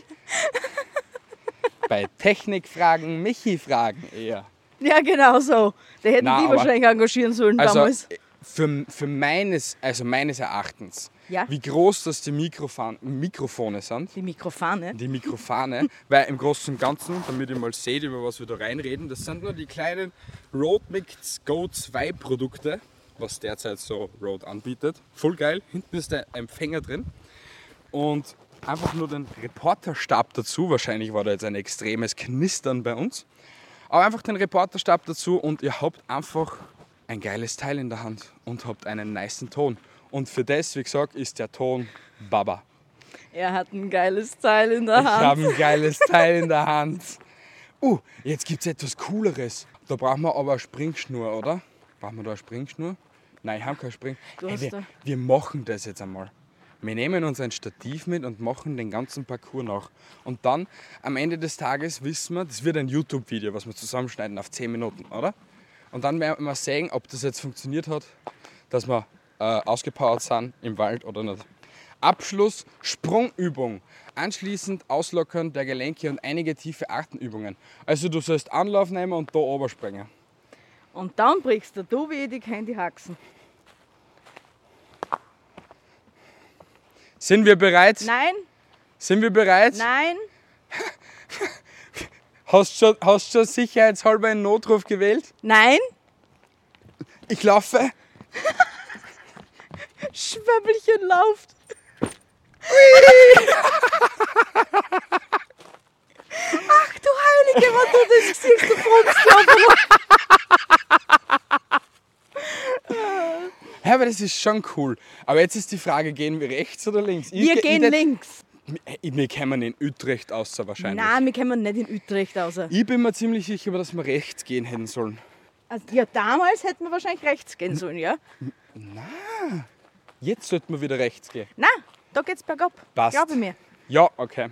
Bei Technik fragen, Michi fragen eher. Ja, genau so. Der hätten Na, die aber- wahrscheinlich engagieren sollen Also damals. für, für meines, also meines Erachtens, Ja? wie groß das die Mikrofon, Mikrofone sind, Die Mikrofone. die Mikrofone, weil im Großen und Ganzen, damit ihr mal seht, über was wir da reinreden, das sind nur die kleinen Rode Mix Go 2 Produkte, was derzeit so Rode anbietet. Voll geil, hinten ist der Empfänger drin und einfach nur den Reporterstab dazu. Wahrscheinlich war da jetzt ein extremes Knistern bei uns. Aber einfach den Reporterstab dazu und ihr habt einfach ein geiles Teil in der Hand und habt einen nicen Ton. Und für das, wie gesagt, ist der Ton Baba. Er hat ein geiles Teil in der Ich Hand. habe ein geiles Teil in der Hand. Uh, jetzt gibt es etwas Cooleres. Da brauchen wir aber eine Springschnur, oder? Brauchen wir da eine Springschnur? Nein, ich habe keine Spring. Du Hey, hast wir, da- wir machen das jetzt einmal. Wir nehmen uns ein Stativ mit und machen den ganzen Parcours nach. Und dann am Ende des Tages wissen wir, das wird ein YouTube-Video, was wir zusammenschneiden auf 10 Minuten, oder? Und dann werden wir sehen, ob das jetzt funktioniert hat, dass wir äh, ausgepowert sind im Wald oder nicht. Abschluss, Sprungübung. Anschließend Auslockern der Gelenke und einige tiefe Achtenübungen. Also du sollst Anlauf nehmen und da oberspringen. Und dann brichst du, du wie ich, die Candyhaxen. Sind wir bereit? Nein, Sind wir bereit? nein. Hast schon, hast schon sicherheitshalber einen Notruf gewählt? Nein, Ich laufe. Schwäbbelchen lauft. Ach du Heilige, was du das siehst, du [LAUGHS] Brunstlauf. Ja, aber das ist schon cool. Aber jetzt ist die Frage, gehen wir rechts oder links? Ich Wir ge- gehen ich det- links. Ich- Wir kämen in Utrecht außer wahrscheinlich. Nein, wir kommen nicht in Utrecht raus. Ich bin mir ziemlich sicher, dass wir rechts gehen hätten sollen. Also, ja, damals hätten wir wahrscheinlich rechts gehen sollen, ja? Jetzt sollten wir wieder rechts gehen. Nein, da geht's bergab. Passt. Glaube mir. Ja, okay.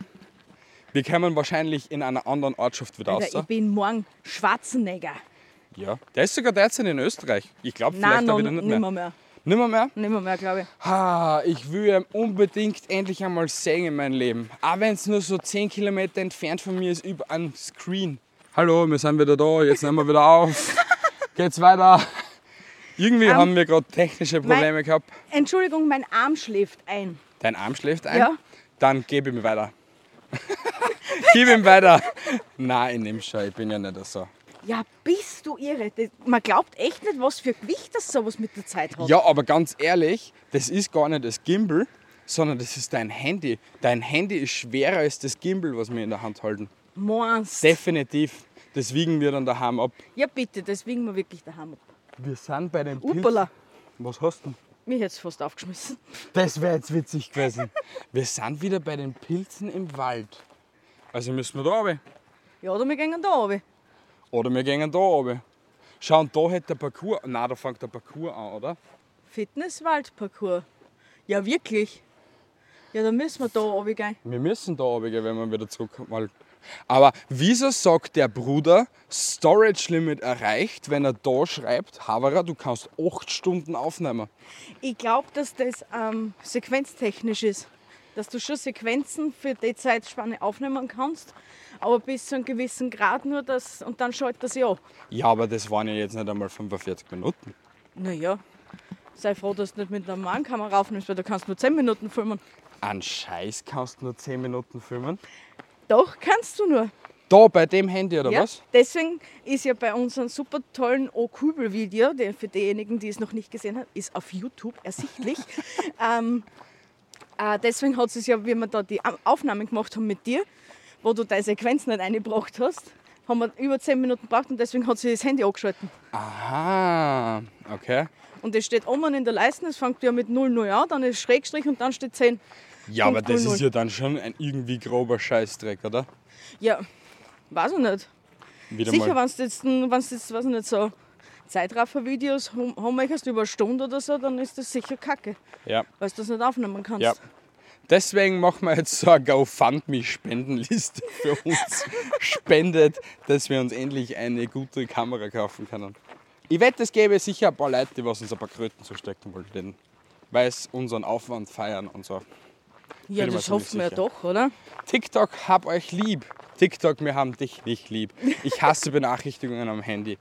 Wir kämen wahrscheinlich in einer anderen Ortschaft wieder Alter, raus. ich bin morgen Schwarzenegger. Ja. Der ist sogar derzeit in Österreich. Ich glaube, vielleicht Nein, auch wieder noch nimmer nicht mehr. mehr. Nimmer mehr. mehr? Nimmer mehr, glaube ich. Ha, ich will ihn unbedingt endlich einmal sehen in meinem Leben. Auch wenn es nur so 10 Kilometer entfernt von mir ist, über einen Screen. Hallo, wir sind wieder da, jetzt nehmen wir wieder [LAUGHS] auf. Geht's weiter. Ähm, Irgendwie haben wir gerade technische Probleme gehabt. Entschuldigung, mein Arm schläft ein. Dein Arm schläft ein? Ja. Dann gebe ihm weiter. [LAUGHS] Gib ihm weiter. Nein, ich nehme schon, ich bin ja nicht so. Ja, bist du irre. Das- Man glaubt echt nicht, was für Gewicht das sowas mit der Zeit hat. Ja, aber ganz ehrlich, das ist gar nicht das Gimbal, sondern das ist dein Handy. Dein Handy ist schwerer als das Gimbal, was wir in der Hand halten. Meinst du? Definitiv. Das wiegen wir dann daheim ab. Ja, bitte, das wiegen wir wirklich daheim ab. Wir sind bei den Pilzen. Uppala, Was hast du? mich hätt's fast aufgeschmissen. Das wäre jetzt witzig gewesen. Wir sind wieder bei den Pilzen im Wald. Also müssen wir da runter. Ja, oder wir gehen da runter. Oder wir gehen da runter. Schau, und da hätte der Parcours. Nein, da fängt der Parcours an, oder? Fitness-Waldparcours. Ja, wirklich. Ja, dann müssen wir da runtergehen. Wir müssen da runter, wenn wir wieder zurückkommen. weil- Aber wieso sagt der Bruder Storage Limit erreicht, wenn er da schreibt, Havara, du kannst 8 Stunden aufnehmen? Ich glaube, dass das ähm, sequenztechnisch ist. Dass du schon Sequenzen für die Zeitspanne aufnehmen kannst, aber bis zu einem gewissen Grad nur das und dann schaltet das ja. Ja, aber das waren ja jetzt nicht einmal 45 Minuten. Naja, sei froh, dass du nicht mit einer normalen Kamera aufnimmst, weil du kannst nur 10 Minuten filmen. An Scheiß kannst du nur 10 Minuten filmen. Doch, kannst du nur. Da bei dem Handy oder was? Deswegen ist ja bei unserem super tollen O-Kübel-Video, der für diejenigen, die es noch nicht gesehen haben, ist auf YouTube ersichtlich. ähm, äh, deswegen hat es ja, wie wir da die Au- Aufnahmen gemacht haben mit dir, wo du deine Sequenz nicht eingebracht hast, haben wir über 10 Minuten gebraucht und deswegen hat sie das Handy angeschalten. Aha, okay. Und es steht oben in der Leiste, es fängt ja mit 00 an, dann ist Schrägstrich und dann steht 10. Ja, aber das 5.00. ist ja dann schon ein irgendwie grober Scheißdreck, oder? Ja, weiß ich nicht. Wieder Sicher, mal. wenn du jetzt, wenn's jetzt weiß ich nicht, so Zeitraffer-Videos home- homemakerst über eine Stunde oder so, dann ist das sicher kacke, Ja. weil du das nicht aufnehmen kannst. Ja. Deswegen machen wir jetzt so eine GoFundMe-Spendenliste für uns. Spendet, dass wir uns endlich eine gute Kamera kaufen können. Ich wette, es gäbe sicher ein paar Leute, die was uns ein paar Kröten zustecken wollten, weil es unseren Aufwand feiern und so. Ja, Bin ich mir das ziemlich hoffen wir ja sicher. doch, oder? TikTok, hab euch lieb. TikTok, wir haben dich nicht lieb. Ich hasse Benachrichtigungen am Handy.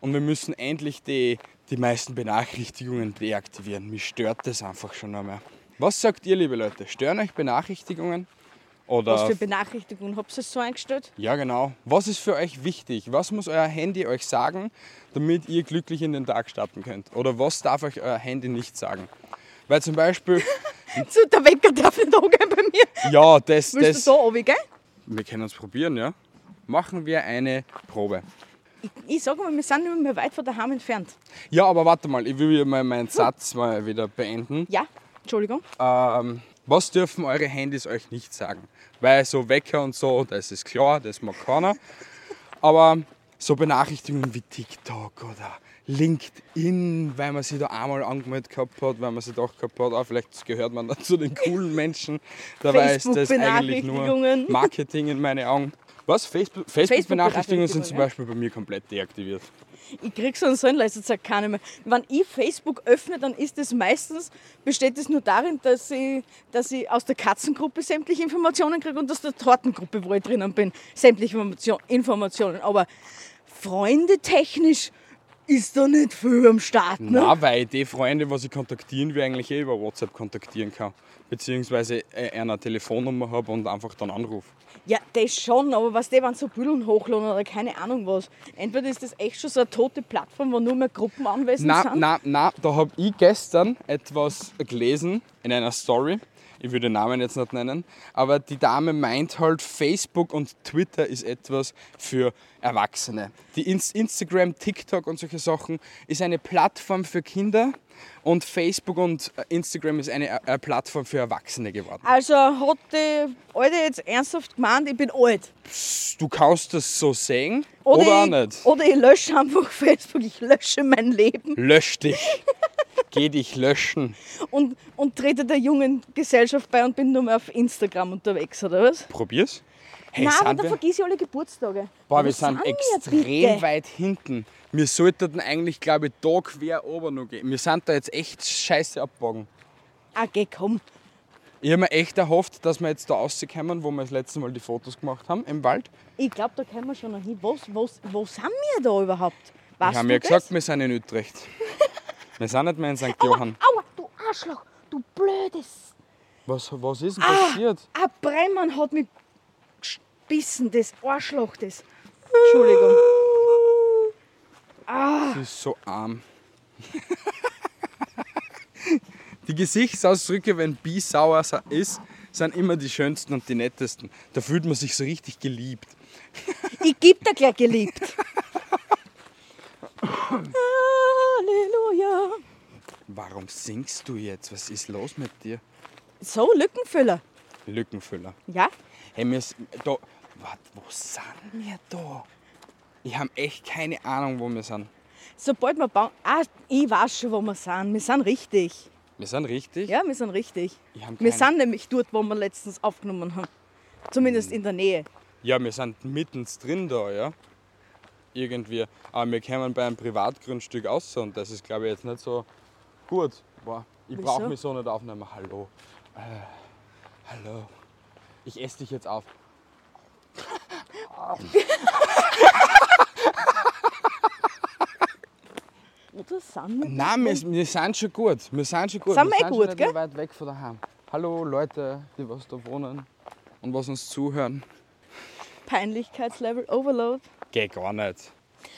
Und wir müssen endlich die, die meisten Benachrichtigungen deaktivieren. Mich stört das einfach schon einmal. Was sagt ihr, liebe Leute? Stören euch Benachrichtigungen? Oder Was für Benachrichtigungen habt ihr so eingestellt? ja, genau. Was ist für euch wichtig? Was muss euer Handy euch sagen, damit ihr glücklich in den Tag starten könnt? Oder was darf euch euer Handy nicht sagen? Weil zum [LAUGHS] Beispiel, So, der Wecker darf nicht angehen bei mir. ja, Hm? das, Willst das, du da runtergehen? wir können es probieren, ja? Machen wir eine Probe. Ich sage mal, wir sind nicht mehr weit von daheim entfernt. Ja, aber warte mal, ich will mal meinen Satz mal wieder beenden. Ja, Entschuldigung. Ähm, was dürfen eure Handys euch nicht sagen? Weil so Wecker und so, das ist klar, das mag keiner. Aber so Benachrichtigungen wie TikTok oder LinkedIn, weil man sich da einmal angemeldet gehabt hat, weil man sich doch gehabt hat, ah, vielleicht gehört man da zu den coolen Menschen. Dabei ist das eigentlich nur Facebook-Benachrichtigungen. Marketing in meinen Augen. Was? Facebook- Facebook-Benachrichtigungen sind zum Facebook-Benachrichtigungen, ja. Beispiel bei mir komplett deaktiviert. Ich krieg so einen Sinn, leistet es keine mehr. Wenn ich Facebook öffne, dann ist es meistens, besteht es nur darin, dass ich, dass ich aus der Katzengruppe sämtliche Informationen kriege und aus der Tortengruppe, wo ich drinnen bin, sämtliche Information, Informationen. Aber freundetechnisch ist da nicht viel am Start. Ne? Na, weil die Freunde, was ich kontaktieren will, eigentlich eh über WhatsApp kontaktieren kann. Beziehungsweise äh, einer Telefonnummer habe und einfach dann anrufe. Ja, das schon, aber was die waren so Büdeln hochladen oder keine Ahnung was. Entweder ist das echt schon so eine tote Plattform, wo nur mehr Gruppen anwesend Na, sind. na, na, da habe ich gestern etwas gelesen in einer Story. Ich will den Namen jetzt nicht nennen, aber die Dame meint halt, Facebook und Twitter ist etwas für Erwachsene. Die Ins- Instagram, TikTok und solche Sachen ist eine Plattform für Kinder und Facebook und äh, Instagram ist eine äh, Plattform für Erwachsene geworden. Also hat die Alte jetzt ernsthaft gemeint, ich bin alt. Du kannst das so sehen oder, auch Ich, nicht. oder ich lösche einfach [LAUGHS] Facebook, ich lösche mein Leben Lösch dich. [LAUGHS] Geh dich löschen. und, und trete der jungen Gesellschaft bei und bin nur mehr auf Instagram unterwegs, oder was? Probier's. Hey, Nein, aber sind da wir, vergiss ich alle Geburtstage. boah, Wo wir sind bitte? extrem weit hinten. Wir sollten eigentlich, glaube ich, da quer oben noch gehen. Wir sind da jetzt echt scheiße abgebogen. Ah, geh, komm. Ich habe mir echt erhofft, dass wir jetzt da rauskommen, wo wir das letzte Mal die Fotos gemacht haben im Wald. Ich glaube, da können wir schon noch hin. Was, was, wo sind wir da überhaupt? Wir Weißt haben du ja das? gesagt, wir sind in Utrecht. wir sind nicht mehr in St. [LAUGHS] Johann. Aua, du Arschloch, du blödes. Was, was ist Ah. denn passiert? Ein Breimann hat mich gebissen, das Arschloch, das. Entschuldigung. Sie ist so arm. die Gesichtsausdrücke, wenn Bi sauer sa- ist, sind immer die schönsten und die nettesten. Da fühlt man sich so richtig geliebt. Ich geb dir gleich geliebt. Halleluja. Warum singst du jetzt? Was ist los mit dir? So, Lückenfüller. Lückenfüller. Ja? Hey, mir ist, da, wart, wo sind wir da? Ich habe echt keine Ahnung, wo wir sind. Sobald wir bauen. Ah, ich weiß schon, wo wir sind. Wir sind richtig. Wir sind richtig. Ja, wir sind richtig. Ich hab Wir keine- sind nämlich dort, wo wir letztens aufgenommen haben. Zumindest in der Nähe. Ja, wir sind mittendrin da, ja. Irgendwie. Aber wir kämen bei einem Privatgrundstück aus und das ist, glaube ich, jetzt nicht so gut. Boah, ich Wieso? brauche mich so nicht aufnehmen. Hallo. Äh, hallo. Ich esse dich jetzt auf. Oder sind wir? Nein, wir, wir sind schon gut. Wir sind schon gut. Hm. Sind wir eh schon gut, nicht mehr gell? weit weg von daheim. Hallo Leute, die was da wohnen und was uns zuhören. Peinlichkeitslevel Overload. Geh gar nicht.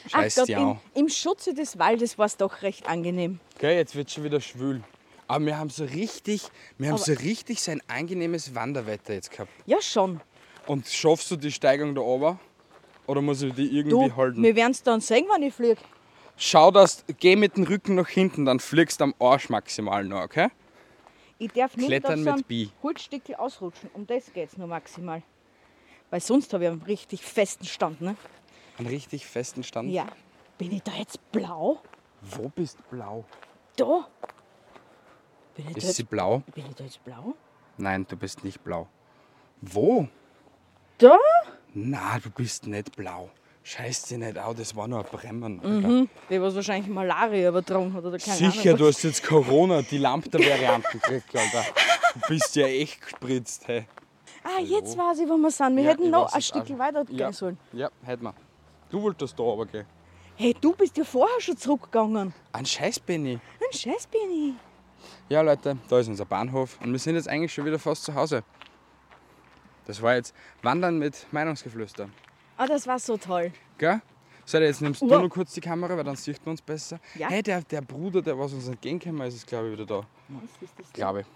Ach Scheiß Gott, dir im, an. im Schutze des Waldes war es doch recht angenehm. Gell, jetzt wird schon wieder schwül. Aber wir haben so richtig, wir haben Aber- so richtig so ein angenehmes Wanderwetter jetzt gehabt. Ja, schon. Und schaffst du die Steigung da oben? Oder muss ich die irgendwie Du, halten? wir werden es dann sehen, wenn ich fliege. Schau, dass geh mit dem Rücken nach hinten, dann fliegst du am Arsch maximal noch, okay? Ich darf nur Klettern auf so mit Bi. einen Holzstickel ausrutschen. Um das geht es nur maximal. Weil sonst habe ich einen richtig festen Stand, ne? Einen richtig festen Stand. Ja. Bin ich da jetzt blau? Wo bist blau? Da? Bin ich, da Ist jetzt, sie blau? bin ich da jetzt blau? Nein, du bist nicht blau. Wo? Da? Na, du bist nicht blau. Scheiß dich nicht an, das war nur ein Bremmen. Alter. Der was wahrscheinlich Malaria übertragen hat oder keine Sicher, Ahnung. du hast jetzt Corona, die Lambda-Varianten gekriegt, [LAUGHS] Alter. Du bist ja echt gespritzt, hey. Ah, jetzt weiß ich, wo wir sind. Wir Ja, hätten ich noch weiß ein es Stückchen auch. weiter ja. gehen sollen. Ja, hätten wir. Du wolltest da aber gehen. Hey, du bist ja vorher schon zurückgegangen. Ein Scheiß, Benny. Ein Scheiß bin ich. Ja, Leute, da ist unser Bahnhof und wir sind jetzt eigentlich schon wieder fast zu Hause. Das war jetzt Wandern mit Meinungsgeflüster. Ah, das war so toll. Gell? So, jetzt nimmst du Wow. nur kurz die Kamera, weil dann sieht man uns besser. Ja. Hey, der, der Bruder, der was uns entgegengekommen ist, ist glaube ich wieder da. Was ist das? Glaube ich.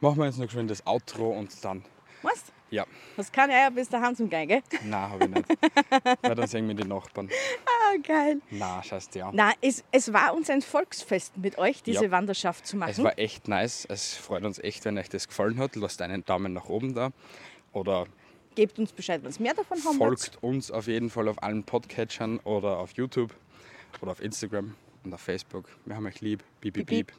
Machen wir jetzt noch schön das Outro und dann. Was? Ja, Hast keine Eier bis daheim zum Geigen? nein, habe ich nicht. weil dann sehen wir die Nachbarn. Ah, geil. Na, scheiß dir an. Na, es, es war uns ein Volksfest, mit euch diese Ja. Wanderschaft zu Es machen. war echt nice. Es freut uns echt, wenn euch das gefallen hat. Lasst einen Daumen nach oben da. Oder Gebt uns Bescheid, wenn ihr mehr davon haben wollt. folgt uns auf jeden Fall auf allen Podcatchern oder auf YouTube oder auf Instagram und auf Facebook. Wir haben euch lieb. Piep, piep, Piep, piep.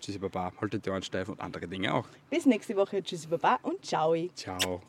Tschüssi, Baba. Haltet die Ohren steif und andere Dinge auch. Bis nächste Woche. Tschüssi, Baba und ciao. Ciao.